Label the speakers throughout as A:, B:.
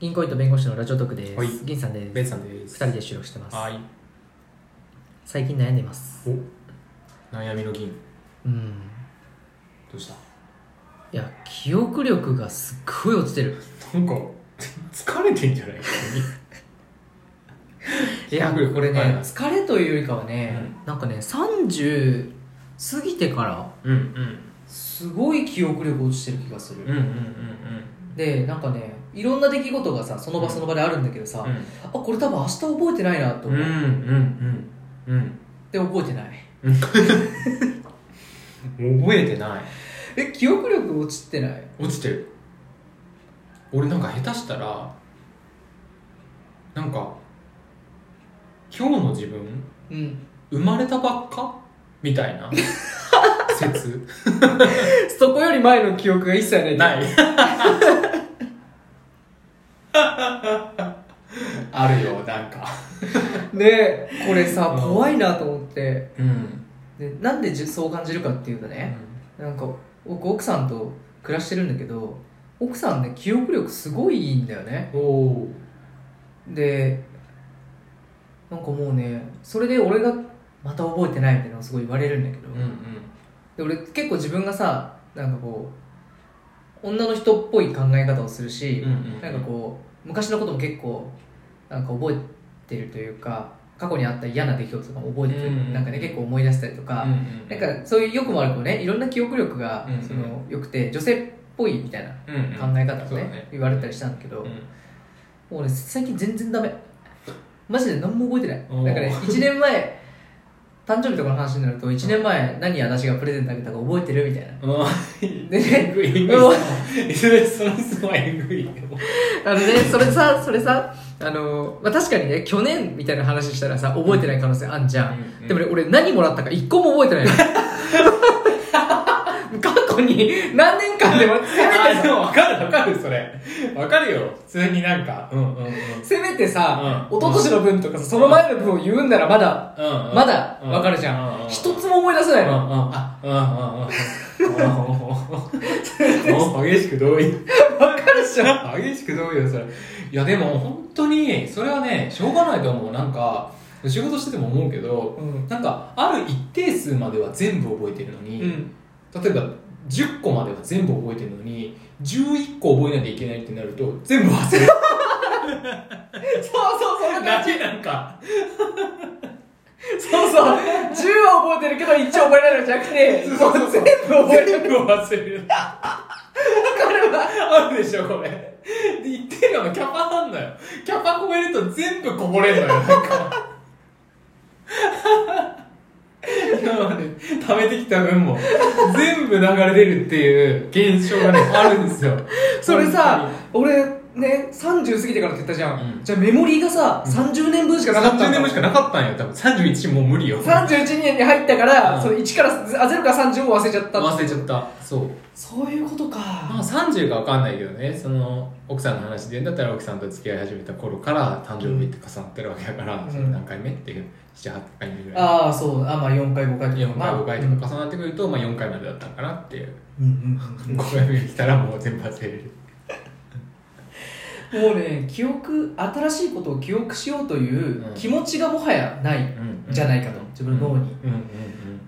A: 銀行員と弁護士のラジオトークです、
B: はい
A: 銀さんです
B: ベンさんです。
A: 二人で収録してます、
B: はい。
A: 最近悩んでいます
B: お悩みの銀、
A: うん
B: どうした
A: いや記憶力がすっごい落ちてる
B: なんか、疲れてんじゃない
A: いや
B: 記憶力
A: これね、
B: はいはい
A: 疲れというよりかはね、なんかね30過ぎてから
B: うんうん。
A: すごい記憶力落ちてる気がする、
B: うんうんうん
A: でなんかねいろんな出来事がさその場その場であるんだけどさ、
B: うん。
A: あこれ多分明日覚えてないなと
B: うんう
A: 思
B: ん
A: う、
B: うんうん。
A: で覚えてない
B: うん。覚えてない。
A: え記憶力落ちてない
B: 落ちてる。俺なんか下手したら、なんか、今日の自分、
A: うん
B: 生まれたばっかみたいな説。
A: そこより前の記憶が一切ない
B: ない。あるよ、なんか。
A: でこれさ
B: うん
A: 怖いなと思って
B: うん。
A: でなんでじそう感じるかっていうとねなんか僕奥さんと暮らしてるんだけど奥さんね記憶力すごいいいんだよね
B: おお。
A: でなんかもうねそれで俺がまた覚えてないみたいなのをすごい言われるんだけど、
B: うんうん。
A: で俺結構自分がさなんかこう女の人っぽい考え方をするし、なんかこう昔のことも結構なんか覚えてるというか過去にあった嫌な出来事とかも覚えてる、
B: うん
A: なんかね結構思い出したりとか、
B: ん
A: なんかそういう良くも悪くもねいろんな記憶力が、
B: うん
A: その良くて女性っぽいみたいな
B: うんうん
A: 考え方をね,、
B: そうだね
A: 言われたりしたんだけど、
B: うん
A: もうね最近全然ダメマジで何も覚えてな
B: お
A: い
B: ー
A: なんかね1年前誕生日とかの話になると1年前何私がプレゼントあげたか覚えてるみたいな
B: うん
A: でね
B: え ぐ いえぐい
A: もう
B: それそれすごいえぐいよ
A: あのね、それさ、それさ、あの、まあ、確かにね、去年みたいな話したらさ、覚えてない可能性あんじゃん。
B: うん
A: でもね、俺何もらったか一個も覚 えてないの。過去に何年間でもせめ
B: あ
A: て
B: でも
A: さ、
B: わかるわかるそれわかるよ普通になんかうんうんうんうん
A: せめてさ、
B: うん
A: 一昨年の分とかさ、その前の分を言うんならまだ、
B: うん
A: まだわかるじゃん。一つも思い出せない
B: うんうん
A: の。
B: あうんうんうんうんうんうん激しく同意
A: わかるじゃん。
B: 激しくどうよそれいやでも本当にそれはねしょうがないと思うなんか仕事してても思うけど
A: うん。
B: なんかある一定数までは全部覚えてるのに、
A: うん。
B: 例えば10個までは全部覚えてるのに11個覚えなきゃいけないってなると全部忘れる
A: そうそう、そんな感じ。
B: なんか
A: そうそう。10は覚えてるけど、1覚えられるじゃなくて、もう全部覚え
B: 全部忘れる
A: るわ。
B: あるでしょこれで言ってるのキャパあんのよキャパ超えると全部こぼれんのよなんか今まで貯めてきた分も全部流れ出るっていう現象がねあるんですよ
A: それさ俺ね30過ぎてからって言ったじゃん、
B: うん
A: じゃあメモリーがさ30年分しかなかった
B: 30年分しかなかったんよ多分31もう無理よ
A: 31年に入ったから、
B: うん
A: その1からあ0から30を忘れちゃった
B: 忘れちゃったそう
A: そういうこと
B: まあ
A: か
B: 30が分かんないけどねその奥さんの話で言うんだったら奥さんと付き合い始めた頃から誕生日って重なってるわけだから、
A: うん
B: それ何回目っていう78回目ぐらい
A: ああそうあまあ4回5回とか
B: 4回5回と
A: か、
B: か重なってくると、まあ、4回までだったのかなっていう
A: うんうんうん
B: 5回目が来たらもう全部忘れる
A: うんもうね記憶新しいことを記憶しようという
B: うん
A: 気持ちがもはやないじゃないかと自分の脳に、
B: うんうん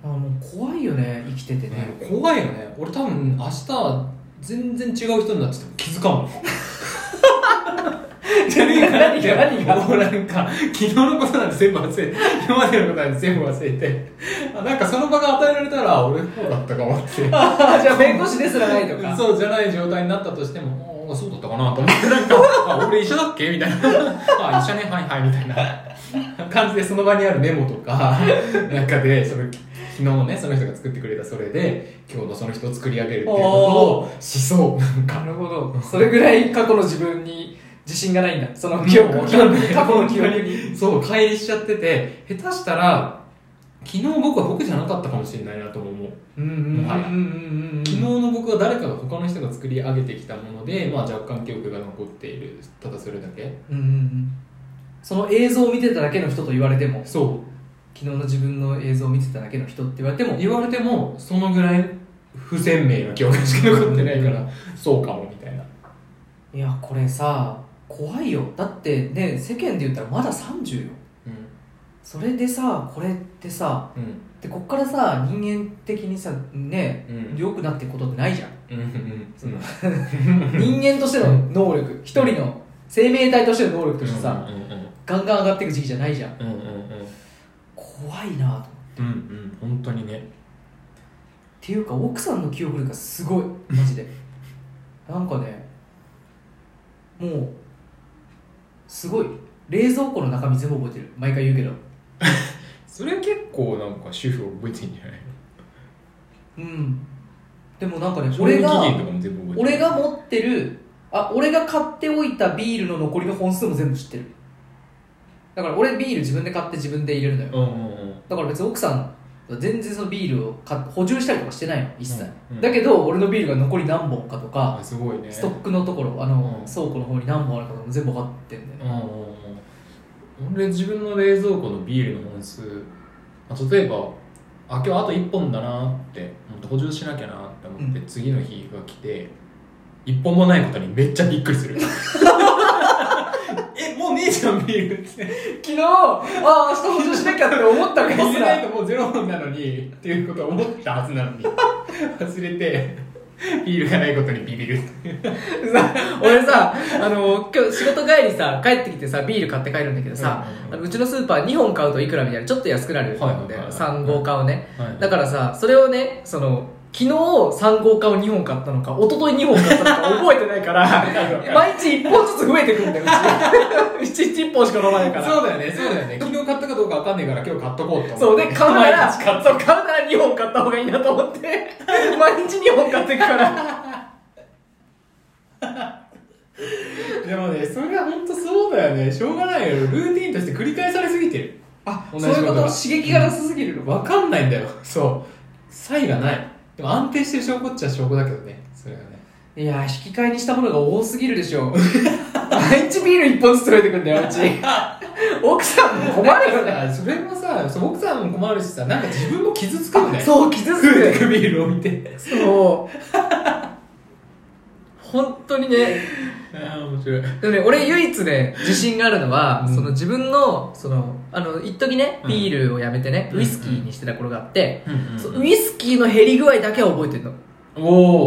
A: あもう怖いよね生きててね、
B: うん、怖いよね俺多分明日全然違う人になってても気づかんもん
A: 何が何が何が
B: もうなんか昨日のことなんて全部忘れて今までのことなんて全部忘れてあなんかその場が与えられたら俺こうだったかもって
A: あーじゃあ弁護士ですらないとか
B: そうじゃない状態になったとしてもああそうだったかなと思っ てなんかあ俺医者だっけみたいなあ医者ねはいはいみたいな感じでその場にあるメモと かなんかでそのき昨日ねその人が作ってくれたそれで今日のその人を作り上げるっていうことをしそうなんか
A: なるほど。それぐらい過去の自分に自信がないんだ。その記憶
B: もう
A: 過去の記憶に。
B: そう乖離しちゃってて下手したら昨日僕は僕じゃなかったかもしれないなとも思う
A: うんうんうんうんうん。
B: 昨日の僕は誰かが他の人が作り上げてきたもので、まあ、若干記憶が残っているただそれだけ
A: うんうんうん。その映像を見てただけの人と言われても、
B: そ
A: 昨日の自分の映像を見てただけの人って言われて
B: う
A: も、
B: 言われてもそのぐらい不鮮明な記憶しか残ってないからそうかもみたいない
A: や、これさ、怖いよだってね世間で言ったらまだ30よ
B: うん
A: それでさこれってさ
B: うん
A: でこっからさ人間的にさね
B: うん
A: 良くなっていくことってないじゃん
B: うんうん
A: その 人間としての能力一人の生命体としての能力としてさ
B: うんうん
A: ガンガン上がっていく時期じゃないじゃん
B: うんうんうん
A: 怖いなと
B: うんうん本当にね
A: っていうか奥さんの記憶力がすごいマジでなんかねもうすごい冷蔵庫の中身全部覚えてる毎回言うけど
B: それ結構なんか主婦覚えてんじゃない
A: うんでもなんかね
B: 賞味
A: 俺
B: 期
A: が
B: 限とかも全部覚えて
A: 俺が持ってるあ俺が買っておいたビールの残りの本数も全部知ってるだから俺ビール自分で買って自分で入れるのよ
B: うんうんうん
A: だから別に奥さんは全然そのビールを買って補充したりとかしてないの一切、
B: うんうん
A: だけど俺のビールが残り何本かとか
B: あすごいね
A: ストックのところあの、
B: うん
A: 倉庫の方に何本あるかとかも全部分かってんだよ
B: うんうんうん俺自分の冷蔵庫のビールの本数まあ例えばあ今日あと1本だなってもっと補充しなきゃなって思って、
A: う
B: 次の日が来て1本もないことにめっちゃびっくりする えもうねえじゃんビール って
A: 昨日ああ明日補充しなきゃって思ったから
B: 忘 れない
A: さ
B: ともうゼロ本なのにっていうことを思ったはずなの に忘れてビールがないことにビビるっていう
A: さ俺さあの今日仕事帰りさ帰ってきてさビール買って帰るんだけどさ、
B: う
A: あ
B: んうんうん
A: のうちのスーパー2本買うといくらみたいなちょっと安くなるんだよ、
B: はいはいはいはい
A: 3号缶をね、
B: はい
A: だからさそれをねその昨日3号缶を2本買ったのか一昨日2本買ったのか覚えてないから 毎日1本ずつ増えてくんだようち1日1本しか飲まないから
B: そうだよねそうだよね昨日買ったかどうかわかんないから今日買っとこうと
A: そう
B: 思っ
A: で
B: て
A: 買うなら
B: 毎日
A: そう買うなら2本買った方がいいなと思って 毎日2本買っていくから
B: でもねそれは本当そうだよねしょうがないよルーティンとして繰り返されすぎてる
A: あ
B: 同じこと
A: 刺激がなさすぎる
B: わかんないんだよそう差異がないでも安定してる証拠っちゃ証拠だけどねそれがね
A: いやー引き換えにしたものが多すぎるでしょ 毎日ビール1本ずつ取れてくんだようち奥さんも困るよね
B: だから それもさそう奥さんも困るしさなんか自分も傷つくんだよう
A: そう傷つ
B: 食うて
A: く
B: くビールを見て
A: そう本当にね
B: ああ面白い
A: でもね、俺唯一ね、自信があるのは、
B: うん
A: その自分の、その、あの、一時ね、
B: うん
A: ビールをやめてね、
B: うん
A: ウイスキーにしてた頃があって、そ
B: そう
A: ウイスキーの減り具合だけは覚えてるの。
B: お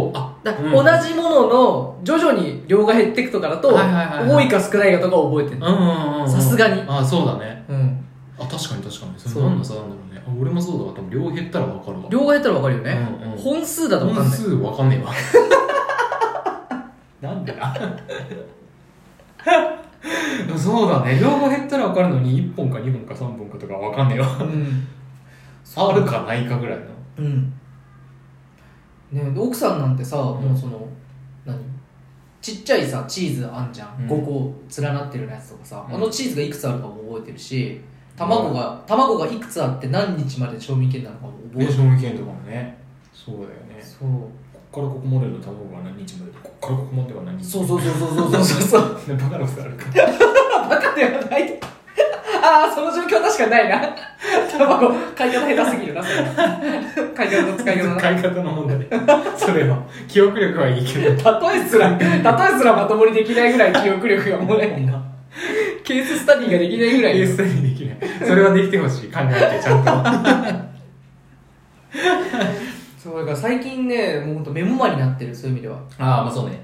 B: おあ
A: だ
B: うん
A: 同じものの、徐々に量が減っていくとかだと、
B: はいはいはいはい
A: 多いか少ないかとか覚えてる
B: うん
A: の。
B: うんうんうん
A: さすがに
B: ああそうだね
A: うん。
B: あ確かに確かにそ
A: そ
B: れ
A: う
B: なんださなんだろうねあ俺もそうだわ多分量減ったらわかるわ
A: 量が減ったらわかるよね
B: うんうん。
A: 本数だとわかん
B: 本
A: ない。
B: 数わかんねえわ なんで だそうだね量が減ったらわかるのに1本か2本か3本かとかわかんねえわ
A: うん。
B: あるかないかぐらいの
A: うん。ねで奥さんなんてさ、
B: ん
A: もうその、何ちっちゃいさ、チーズあんじゃん。
B: うん
A: 5個連なってるようなやつとかさ、
B: うん
A: あのチーズがいくつあるかも覚えてるし、卵が、卵がいくつあって何日まで賞味期限なのかも覚えてる。
B: 賞味期限とかもねそうだよね
A: そう。
B: こっからここまでの卵が何日までこっからここまでは何日
A: そうそうそうそうそうそうそう。
B: うバカなことあるから
A: バカではない。ああ、その状況確かにないな。卵、買い方下手すぎるな、それ買い方の使い方のな。
B: 買い方の問題 それは記憶力はい いけど
A: 例えすら、例えすらまともにできないぐらい記憶力がもうね、ケーススタディができないぐらい
B: 計算にできないそれはできてほしい考えてちゃんと
A: そうだから最近ねもうほんとメモマになってるそういう意味では、
B: ああまあそうね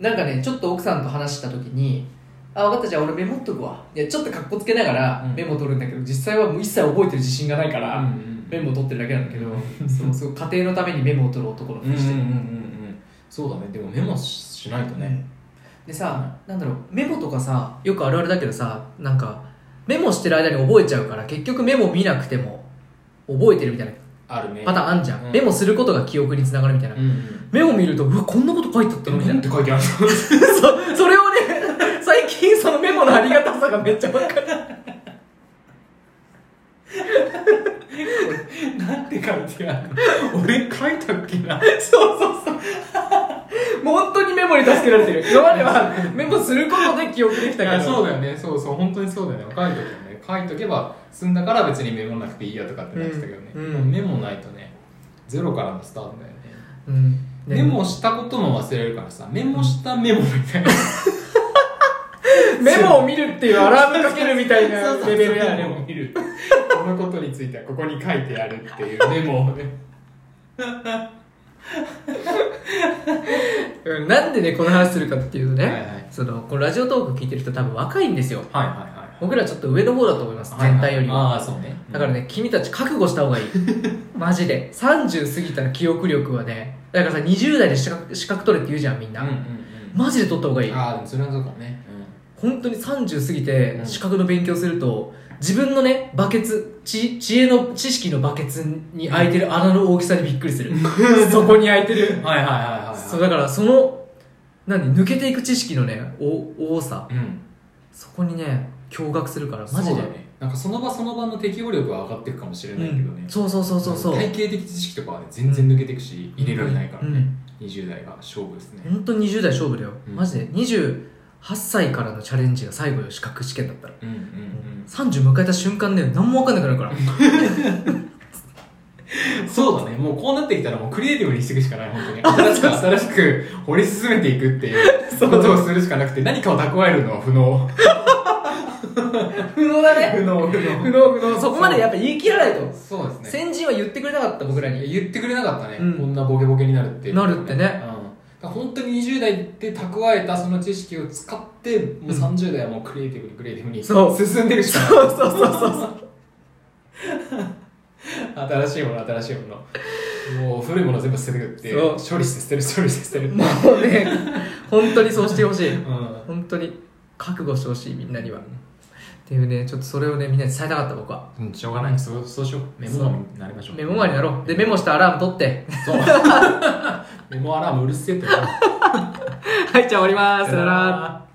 A: なんかねちょっと奥さんと話した時に「あ分かったじゃあ俺メモっとくわ」いやちょっとかっこつけながら
B: うん
A: メモ取るんだけど、実際はもう一切覚えてる自信がないから、
B: うんうん
A: メモ取ってるだけなんだ けど、
B: う
A: そのすごい家庭のためにメモを取る男の
B: うん
A: ふり
B: うんうん
A: し
B: う
A: て
B: ん
A: る、
B: うんそうだねでもメモししないとね、
A: でさなんだろうメモとかさよくあるあるだけどさなんかメモしてる間に覚えちゃうから結局メモ見なくても覚えてるみたいな
B: あるね
A: パターンあんじゃん、
B: うん
A: メモすることが記憶につながるみたいな、
B: うんうん
A: メモ見るとうわこんなこと書いてあったのみたいな
B: なんて書いてあ る
A: そそれをね最近そのメモのありがたさがめっちゃ分かる
B: のなんて書いてあるの俺書いたっけな
A: そうそうそうもう本当にメモに助けられてる今まではメモすることで記憶できたか
B: だかららそうだよねそうそう本当にそうだよね書いとけばね書いとけば済んだから別にメモなくていいやとかってなってたけどね、
A: うんうん
B: もメモないとねゼロからのスタートだよね
A: うん、
B: メモしたことも忘れるからさメモしたメモみたいなメモを見るっていうアラームかけるみたいなレベルや
A: そう
B: メ
A: そうそう
B: モを見るこのことについてはここに書いてあるっていうメモをね
A: うんなんでねこの話するかっていうとね、
B: はいはい
A: そのこのラジオトーク聞いてる人多分若いんですよ
B: はいはい
A: 僕らちょっと上の方だと思います
B: はい
A: 全体よりも、
B: ああそうね
A: だからね君たち覚悟した方が いいマジで30過ぎたら記憶力はねだからさ20代で資格資格取れって言うじゃんみん
B: う
A: な、
B: んうん
A: マジで取った方がい
B: うん
A: い
B: ああでもそれはそうかもね
A: 本当に30過ぎ
B: う
A: て
B: ん
A: 資格の勉強すると、自分のねバケツ知知恵の知識のバケツに開いてる穴の大きさにびっくりす るそこに開いてる
B: うんはいはいはいはい
A: そうだからその何抜けていく知識のねお多さ
B: うん
A: そこにね驚愕するからマ
B: そ
A: ジ
B: う
A: で
B: だねなんかその場その場の適応力は上がっていくかもしれ
A: う
B: ないけど
A: ん、
B: ね、
A: そうそうそうそうそう
B: 体系的知識とかはね全然抜けていくし、入れられないからね、
A: うん
B: 20代が勝負ですね、
A: 本当に20代勝負だよ、
B: うん
A: マジで28歳からのチャレンジが最後よ資格試験だったら、
B: うん、うんうん
A: 30迎えた瞬間ね何も分かんなくなるから
B: そうだねもうこうなってきたらもうクリエイティブにしていくしかない本当に新しく新しく掘り進めていくっていうことをするしかなくて何かを蓄えるのは不能
A: 不能だ
B: 不能不
A: 不
B: 能
A: 能不能そこまでやっぱ言い切らないと、
B: そうですね
A: 先人は言ってくれなかった僕らに
B: 言ってくれなかったね、
A: うん
B: こんなボケボケになるって
A: なるってね
B: うん、だから本当に20代で蓄えたその知識を使ってもう30代はもうクリエイティブにクリエイティブに
A: そう
B: 進んでるしかない
A: そうそうそうそう
B: 新しいもの新しいものもう古いもの全部捨ててくって
A: そう
B: 処理して捨てる処理して捨てる
A: もうね本当にそうしてほしい
B: うん
A: 本当に覚悟してほしいみんなにはっていうねちょっとそれをねみんなに伝えたかった僕は
B: うん、しょうがないそうそうしようメモマになりましょう
A: メモ周りになろうでメモしたアラーム取って
B: そうメモアラームうるせえってな
A: はいじゃあ終わりますさよなら